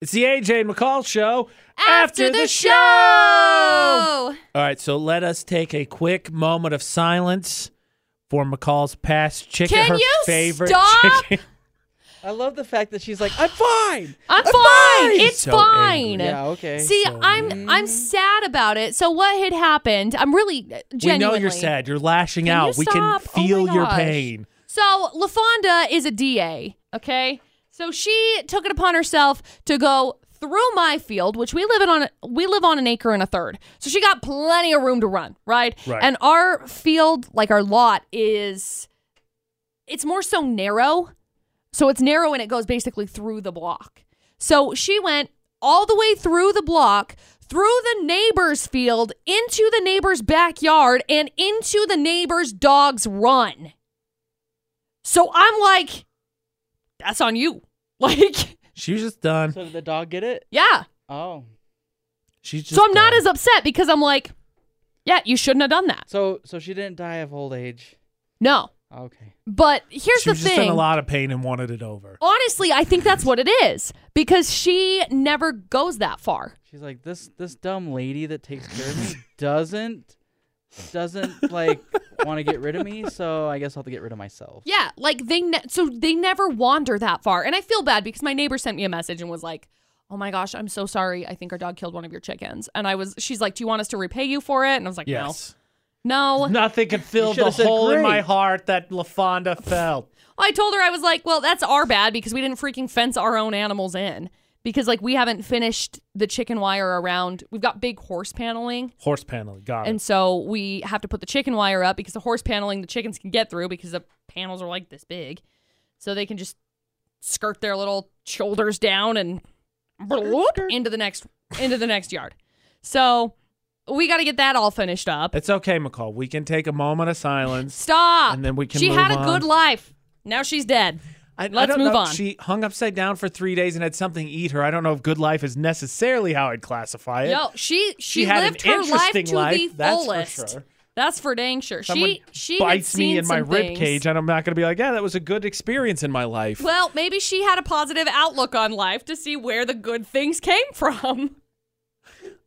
It's the AJ and McCall show All right, so let us take a quick moment of silence for McCall's past chicken, Can her you favorite stop? chicken. I love the fact that she's like, I'm fine. I'm, fine. It's Uh, So angry. fine. Yeah, okay. See, So I'm I'm sad about it. So what had happened? I'm really uh, genuinely. We know you're sad. You're lashing Can you out. we can stop? Oh my feel your gosh. pain. So LaFonda is a DA, okay? So she took it upon herself to go through my field, which we live in on we live on an acre and a third. So she got plenty of room to run, right? Right. And our field, like our lot, is it's more so narrow. So it's narrow and it goes basically through the block. So she went all the way through the block, through the neighbor's field, into the neighbor's backyard, and into the neighbor's dog's run. So I'm like, that's on you. Like, She was just done. So did the dog get it? yeah. Oh. She's just so I'm not done. as upset because I'm like, yeah, you shouldn't have done that. So so she didn't die of old age. No. Okay. But here's she the was just in thing. Oh, a lot of pain and wanted it over. Honestly, I think that's what it is because she never goes that far. She's like, this this dumb lady that takes care of me doesn't doesn't like want to get rid of me, so I guess I'll have to get rid of myself. Yeah, like they ne- so they never wander that far. And I feel bad because my neighbor sent me a message and was like, "Oh my gosh, I'm so sorry. I think our dog killed one of your chickens." And I was she's like, "Do you want us to repay you for it?" And I was like, Yes. "No." No. Nothing could fill the should've said hole in my great. heart that LaFonda felt. I told her I was like, "Well, that's our bad because we didn't freaking fence our own animals in." Because like we haven't finished the chicken wire around. We've got big horse paneling. Horse paneling. Got it. And so we have to put the chicken wire up because the horse paneling the chickens can get through because the panels are like this big. So they can just skirt their little shoulders down and bloop into the next into the next yard. So we got to get that all finished up. It's okay, McCall. We can take a moment of silence. Stop. And then we can She had move a good on. life. Now she's dead. I, I Let's don't move know. on. She hung upside down for three days and had something eat her. I don't know if good life is necessarily how I'd classify it. No, she she, She had an lived her life interesting to the life, that's for fullest. sure. That's for dang sure. Someone she she had bites me seen in my some rib things. cage, and I'm not going to be like, yeah, that was a good experience in my life. Well, maybe she had a positive outlook on life to see where the good things came from.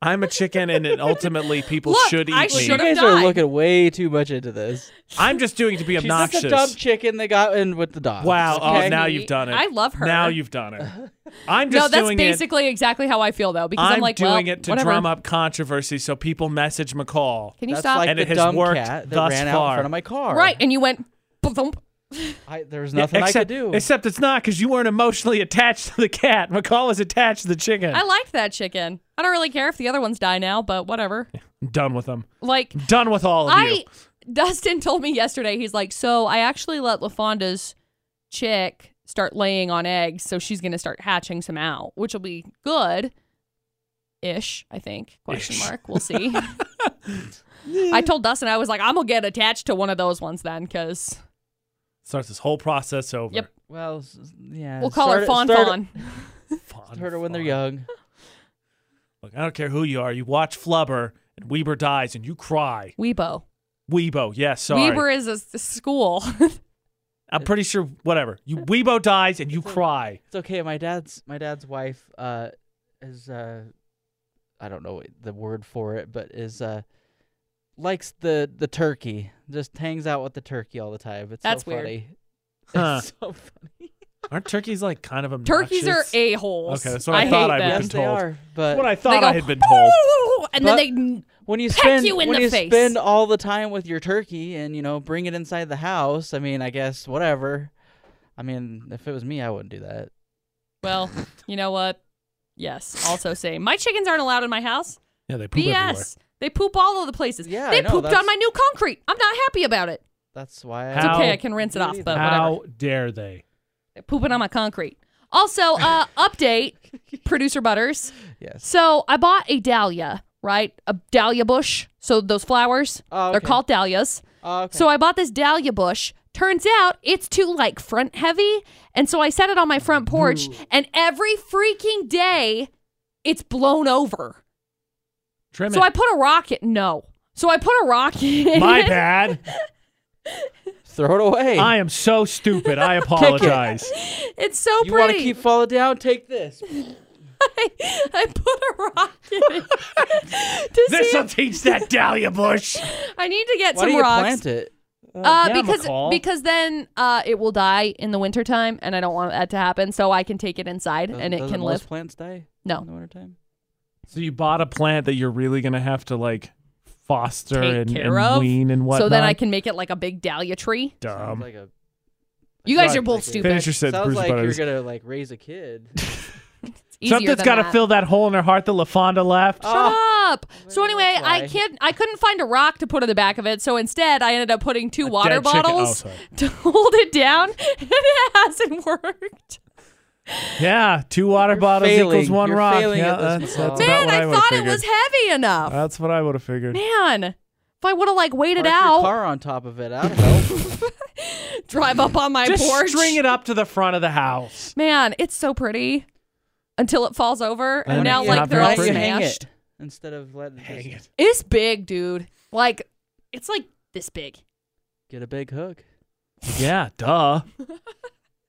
I'm a chicken, and it ultimately people Look, should eat I me. You should've guys are died. looking way too much into this. I'm just doing it to be She's just obnoxious. a dumb chicken that got in with the dog. wow. Oh, Excuse now me. you've done it. I love her. Now you've done it. I'm No, just that's doing it. basically exactly how I feel though, because I'm, I'm, like, doing well, it to whatever. drum up controversy so people message McCall. Can you That's stop? like And the it has dumb worked cat that thus ran out far. in front of my car. right, and you went. ba-thump. I, there was nothing except, I could do. Except it's not because you weren't emotionally attached to the cat. McCall was attached to the chicken. I liked that chicken. I don't really care if the other ones die now, but whatever. I'm done with them. Like Done with all of you. I, Dustin told me yesterday. He's like, so I actually let LaFonda's chick start laying on eggs, so she's gonna start hatching some out, which will be good. Ish, I think. Question Ish. mark. We'll see. I told Dustin I was like, I'm gonna get attached to one of those ones then, because Starts this whole process over. Yep. Well, s- yeah. we'll call her Fawn start, start- Fawn. Fun, Start her when they're fun. young. Look, I don't care who you are. You watch Flubber and Weber dies and you cry. Weebo. Weebo, yes, sorry. Weber is a, s- school. I'm pretty sure, whatever. You Weebo dies and you cry. It's okay. My dad's my dad's wife uh is uh I don't know what the word for it, but is uh likes the the turkey. Just hangs out with the turkey all the time. It's That's so weird. funny. Huh. It's so funny. Aren't turkeys like kind of obnoxious? Turkeys are a holes. Okay, that's what I thought I Yes, been they told. are. But What I thought I had been told. told. And then they when you peck spend you in when the you face. spend all the time with your turkey and you know bring it inside the house, I mean, I guess whatever. I mean, if it was me, I wouldn't do that. Well, you know what? Yes. Also say my chickens aren't allowed in my house. Yeah, they poop BS. everywhere. They poop all over the places. Yeah, they I know, pooped on that's- my new concrete. I'm not happy about it. That's why. It's I, How- Okay, I can rinse it off, but How uh, whatever. dare they? They're pooping on my concrete. Also, uh, update, producer Butters. Yes. So I bought a dahlia, right? A dahlia bush. So those flowers, Oh, they're okay. called dahlias. Oh, okay. So I bought this dahlia bush. Turns out it's too like front heavy, and so I set it on my front porch, and every freaking day, it's blown over. Trim So it. I put a rocket. No. So I put a rocket. My bad. Throw it away. I am so stupid. I apologize. it's so you want to pretty. keep falling down? Take this. I, I put a rock in it to This see. will If, teach that dahlia bush. I need to get Why do some you rocks. plant it? Uh, yeah, because McCall. because then uh, it will die in the wintertime, and I don't want that to happen. So I can take it inside, Doesn't- and it doesn't can most live. plants die in No, the wintertime? So you bought a plant that you're really gonna have to like foster Take and, care and of, wean and whatnot. so then I can make it like a big dahlia tree. dumb. Sounds like a- You Sounds guys are like both a- stupid. Finish your sentence, Sounds Bruce like Butters. you're gonna like raise a kid. It's easier Something's than gotta that. Oh. fill that hole in her heart that LaFonda left. Shut Oh. up. So anyway, that's I why. can't. I couldn't find a rock to put in the back of it. So instead, I ended up putting two water Dead chicken- oh, bottles sorry. to hold it down, and it hasn't worked. yeah, two water You're bottles equals failing. one You're rock. failing yeah, at that's, this, that's McCall. about Man, what I, I, would thought have it figured. was heavy enough. That's what I would have figured. Man, if I would have like waited Park your out, car on top of it. I don't know. drive up on my Just porch. string it up to the front of the house. Man, it's so pretty until it falls over, and And now it's like not they're very all pretty. Hang it smashed. instead of letting just Dang it. It's big, dude. Like it's like this big. get a big hook. Yeah, duh.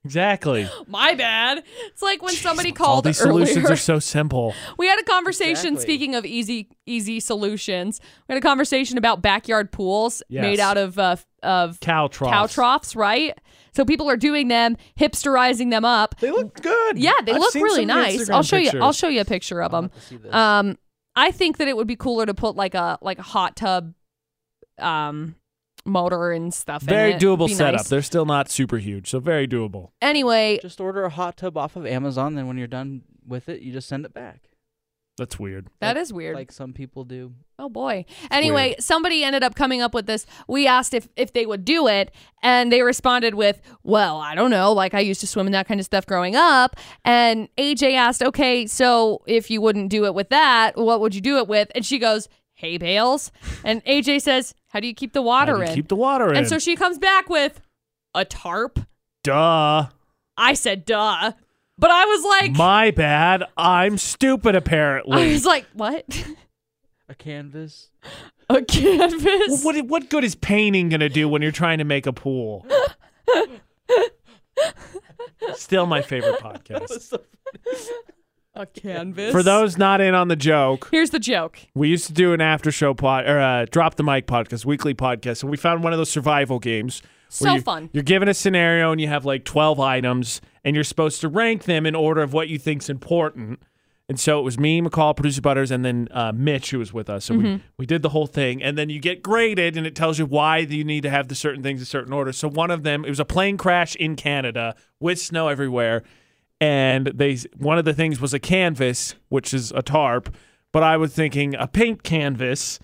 exactly. My bad. It's like when somebody All called these earlier. solutions are so simple. We had a conversation. Exactly. Speaking of easy, easy solutions, we had a conversation about backyard pools Yes. made out of uh, of Cow troughs. cow troughs, right? So people are doing them, hipsterizing them up. They look good. Yeah, they I've look seen really some of the nice. Instagram I'll show you. I'll pictures. show you a picture of I'll them. have to see this. Um, I think that it would be cooler to put like a like a hot tub, um, motor and stuff. Very in it. doable Be setup. nice. They're still not super huge, so very doable. Anyway, just order a hot tub off of Amazon. Then when you're done with it, you just send it back, That's weird. that is weird. like some people do. Oh boy. Anyway, somebody ended up coming up with this. We asked if if they would do it, and they responded with, "Well, I don't know. Like I used to swim and that kind of stuff growing up." And AJ asked, "Okay, so if you wouldn't do it with that, what would you do it with?" And she goes, "Hay bales." And AJ says, "How do you keep the water How do you in?" Keep the water in. and so she comes back with a tarp. duh. I said, "Duh." But I was like My bad. I'm stupid I apparently. was like, "What? A canvas. a canvas?" Well, what what good is painting gonna do when you're trying to make a pool? Still my favorite podcast. a canvas. For those not in on the joke, Here's the joke. we used to do an after show pod or uh, drop the mic podcast, weekly podcast, and we found one of those survival games. where So you- fun. You're given a scenario and you have like 12 items and you're supposed to rank them in order of what you think's important. And so it was me, McCall, producer Butters, and then uh, Mitch who was with us. So Mm-hmm. we, we did the whole thing. And then you get graded and it tells you why you need to have the certain things in certain order. So one of them, it was a plane crash in Canada with snow everywhere. And they one of the things was a canvas, which is a tarp. But I was thinking a paint canvas.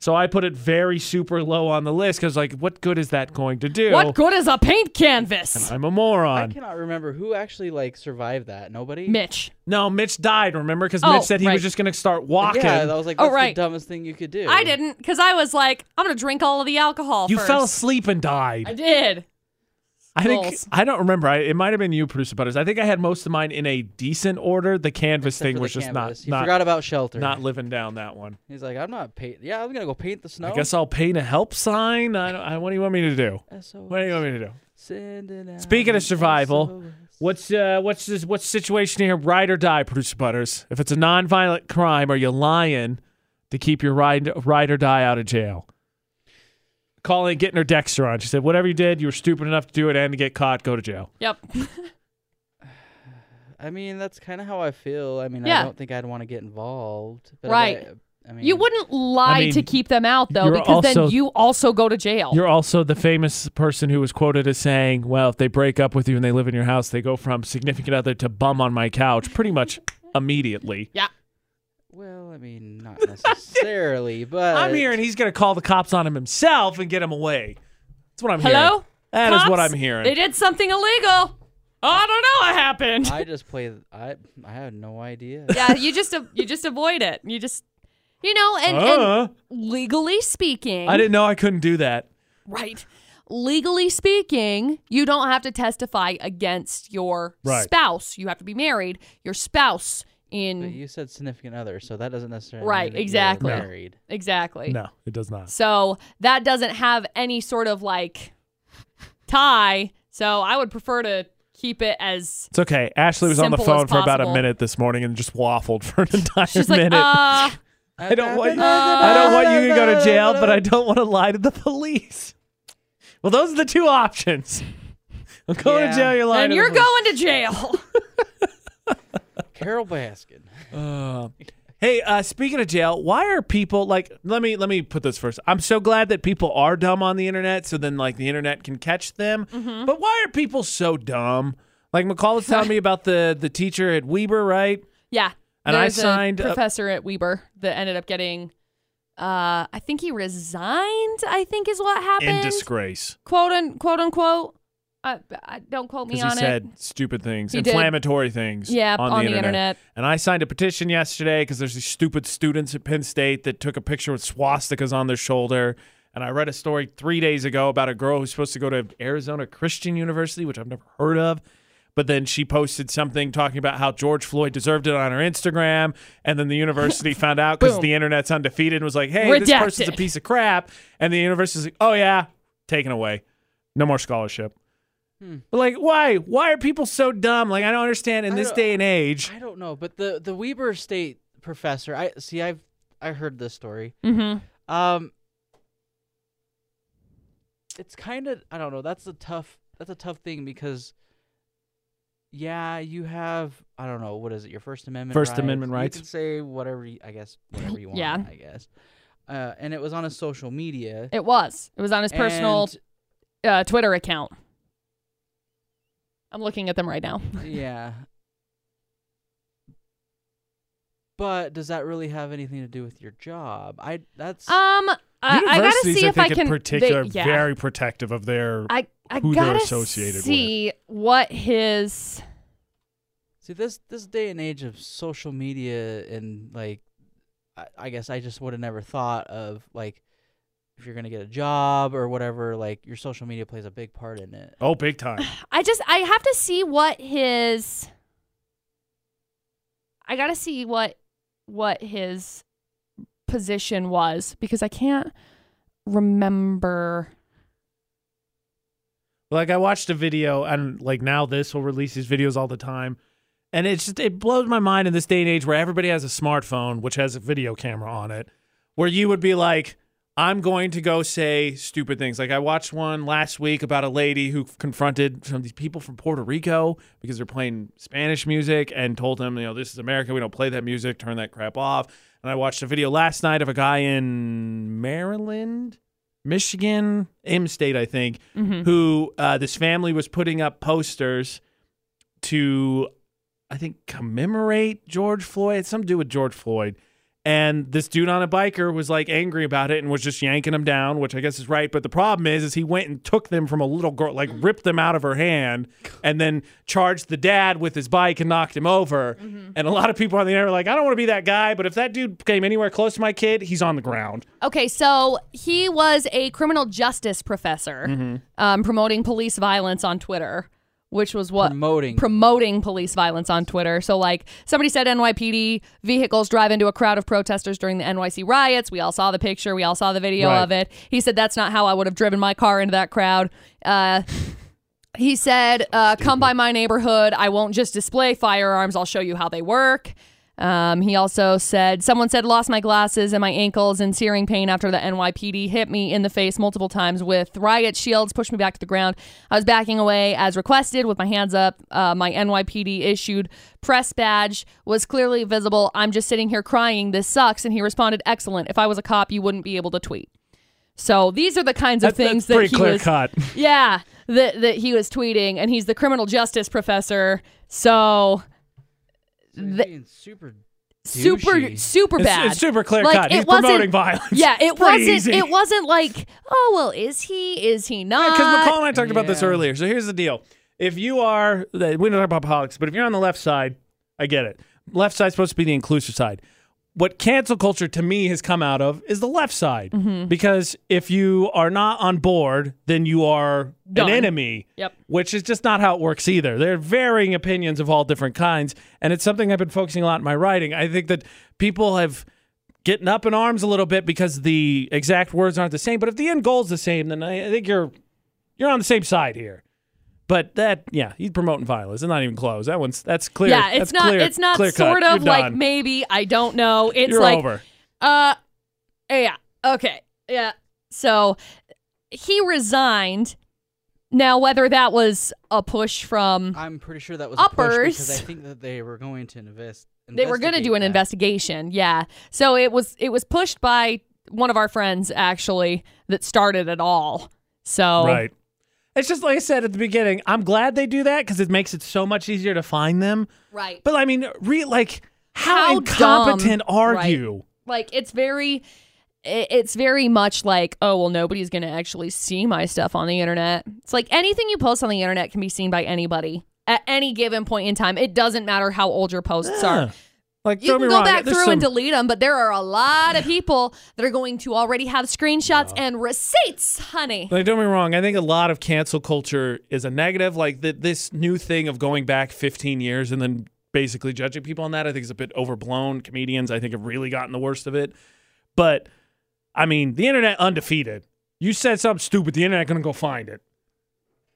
So I put it very super low on the list because, like, what good is that going to do? What good is a paint canvas? I'm a I moron. cannot remember who actually like survived that. Nobody. Mitch. No, Mitch died, remember? Because Oh, Mitch said he right. was just going to start walking. Yeah, that was like Oh, that's right. the dumbest thing you could do. I didn't, because I was like, I'm going to drink all of the alcohol. you first. fell asleep and I died. did. I, think Balls. I don't remember. I, it might have been you, producer Butters. I think I had most of mine in a decent order. The canvas Except thing for was the just canvas. He not forgot not, about shelter. not living down that one. He's like, I'm not paint. Yeah, I'm gonna go paint the snow. I guess I'll paint a help sign. I don't, I, what do you want me to do? SOS. What do you want me to do? Sending out Speaking an of survival, SOS. What's uh, what's this? What's the situation here? Ride or die, producer Butters. If it's a non-violent crime, are you lying to keep your ride ride or die out of jail? Calling, getting her Dexter on. She said, "Whatever you did, you were stupid enough to do it and to get caught, go to jail." Yep. I mean, that's kind of how I feel. I mean, Yeah. I don't think I'd want to get involved. But I- Right. I, mean, You wouldn't lie I mean, to keep them out, though, you're because also- then you also go to jail. You're also the famous person who was quoted as saying, "Well, if they break up with you and they live in your house, they go from significant other to bum on my couch pretty much immediately." Well, I mean, not necessarily, but I'm hearing he's going to call the cops on him himself and get him away. That's what I'm hearing. Hello? That is what Cops? I'm hearing. They did something illegal. Oh, I don't know what happened. I just play. I I have no idea. yeah, you just you just avoid it. You just, you know, and, Uh. and legally speaking, I didn't know I couldn't do that. Right. Legally speaking, you don't have to testify against your Right. spouse. You have to be married. Your spouse But in you said significant other, so that doesn't necessarily mean Right, that you're exactly. No. married. exactly. No, it does not. So that doesn't have any sort of like tie. So I would prefer to keep it as It's okay. Ashley was on the Simple as phone for about a possible. minute this morning and just waffled for an entire she's like minute. uh I don't want you- I don't want you to go to jail, but I don't want to lie to the police. Well, those are the two options. I'm going Yeah. to jail. You're lying. and to you're the police. going to jail Carol Baskin. Uh, hey, uh, speaking of jail, why are people like? Let me let me put this first. I'm so glad that people are dumb on the internet, so then like the internet can catch them. Mm-hmm. But why are people so dumb? Like McCall was telling me about the the teacher at Weber, right? yeah And I There's a signed up- professor at Weber that ended up getting uh I think he resigned I think is what happened disgrace, quote un, quote unquote I, I don't quote me because on he it said stupid things, He did. inflammatory things. yeah on, the, internet. internet And I signed a petition yesterday because there's these stupid students at Penn State that took a picture with swastikas on their shoulder. And I read a story three days ago about a girl who's supposed to go to Arizona Christian University, which I've never heard of. But then she posted something talking about how George Floyd deserved it on her Instagram. And then the university found out because Boom. the internet's undefeated and was like, hey, this Redacted. person's a piece of crap. And the university's like, oh, yeah, taken away. No more scholarship. Hmm. But like, why? Why are people so dumb? Like, I don't understand in I this don't- day and age. I don't know, but the the Weber State professor. I see. I've I heard this story. mm-hmm. Um, it's kind of I don't know. That's a tough that's a tough thing because yeah, you have I don't know what is it your First Amendment First rights. Amendment rights. You can say whatever you, I guess whatever you want. Yeah. I guess. Uh, and it was on his social media. it was it was on his personal and- uh, Twitter account I'm looking at them right now yeah. But does that really have anything to do with your job? I that's um I, I gotta Universities, see if think, I can in they- particular, yeah. very protective of their. I I who they're gotta associated with. see what his See this this day and age of social media and like, I, I guess I just would have never thought of like, if you're gonna get a job or whatever, like your social media plays a big part in it. oh, big time. I just I have to see what his I got to see what what his position was because I can't remember. like I watched a video, and like now this will release these videos all the time, and it's just it blows my mind in this day and age where everybody has a smartphone which has a video camera on it, where you would be like. I'm going to go say stupid things. Like I watched one last week about a lady who confronted some of these people from Puerto Rico because they're playing Spanish music and told them, you know, this is America. We don't play that music. Turn that crap off. And I watched a video last night of a guy in Maryland, Michigan, M State, I think, who uh, this family was putting up posters to, I think, commemorate George Floyd. It's something to do with George Floyd. And this dude on a biker was like angry about it and was just yanking them down, which I guess is right. But the problem is, is he went and took them from a little girl, like ripped them out of her hand, and then charged the dad with his bike and knocked him over. And a lot of people on the internet are like, I don't want to be that guy, but if that dude came anywhere close to my kid, he's on the ground. Okay, so he was a criminal justice professor um, promoting police violence on Twitter, which was what Promoting. promoting police violence on Twitter. So, like, somebody said NYPD vehicles drive into a crowd of protesters during the NYC riots. We all saw the picture, we all saw the video Right. of it. He said, That's not how I would have driven my car into that crowd. Uh, he said, uh, Come by my neighborhood. I won't just display firearms, I'll show you how they work. Um, he also said, Someone said, lost my glasses and my ankles in searing pain after the NYPD hit me in the face multiple times with riot shields, pushed me back to the ground. I was backing away as requested with my hands up. Uh, my NYPD issued press badge was clearly visible. I'm just sitting here crying. This sucks. And he responded, Excellent. If I was a cop, you wouldn't be able to tweet. So these are the kinds of things that's pretty that he clear was cut. yeah that that he was tweeting and he's the criminal justice professor so So he's the- being super super douchey. super It's- bad It's, super clear Like, cut. it He's wasn't- promoting violence. yeah it It's pretty wasn't easy. it wasn't like oh well is he is he not Because McCall and I talked about this Yeah. earlier. So here's the deal: if you are, we don't talk about politics, but if you're on the left side, I get it. Left side's supposed to be the inclusive side. What cancel culture to me has come out of is the left side, Mm-hmm. because if you are not on board, then you are Done. an enemy. Yep. Which is just not how it works either. There are varying opinions of all different kinds, and it's something I've been focusing a lot in my writing. I think that people have getting up in arms a little bit because the exact words aren't the same. But if the end goal's the same, then I, I think you're you're on the same side here. But that, yeah, he's promoting violence. It's not even close. That one's that's clear. Yeah, it's That's not. clear- it's not clear cut. sort of You're like done. maybe I don't know. It's You're like over. uh, yeah, okay, yeah. So he resigned. Now whether that was a push from I'm pretty sure that was a push because Uppers. I think that they were going to invest. they were going to do an investigate investigation, yeah. So it was it was pushed by one of our friends actually that started it all. So Right. It's just like I said at the beginning. I'm glad they do that because it makes it so much easier to find them. right. But I mean, re- like, how, How incompetent dumb, are right. you? like it's very i- it's very much like oh well nobody's gonna actually see my stuff on the internet it's like anything you post on the internet can be seen by anybody at any given point in time it doesn't matter how old your posts Yeah. are Like, you don't can be go wrong, back there's through and some- delete them but there are a lot of people that are going to already have screenshots and receipts honey Like, don't be wrong. I think a lot of cancel culture is a negative. Like th- this new thing of going back 15 years and then basically judging people on that, I think is a bit overblown. Comedians, I think, have really gotten the worst of it. But I mean, the internet undefeated. You said something stupid, the internet gonna go find it.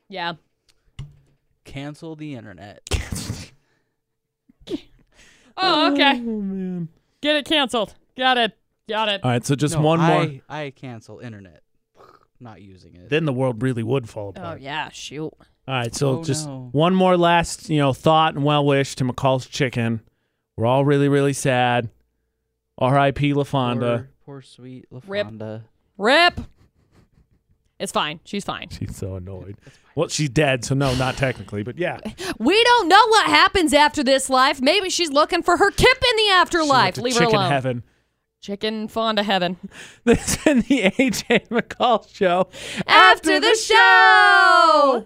yeah that. Cancel the internet. oh okay man. get it canceled got it got it All right, so just No, one I, more. I cancel internet. Not using it. Then the world really would fall oh apart. yeah shoot All right, so Oh, just no. one more last, you know, thought and well wish to McCall's chicken. We're all really, really sad. R.I.P. LaFonda. Poor, poor sweet Rip. LaFonda. rip it's fine she's fine She's so annoyed. Well, she's dead, so no, not technically, but yeah. We don't know what happens after this life. Maybe she's looking for her kip in the She afterlife. went to Leave her chicken alone. heaven. Chicken fond of heaven. This has been the AJ McCall show. After the show.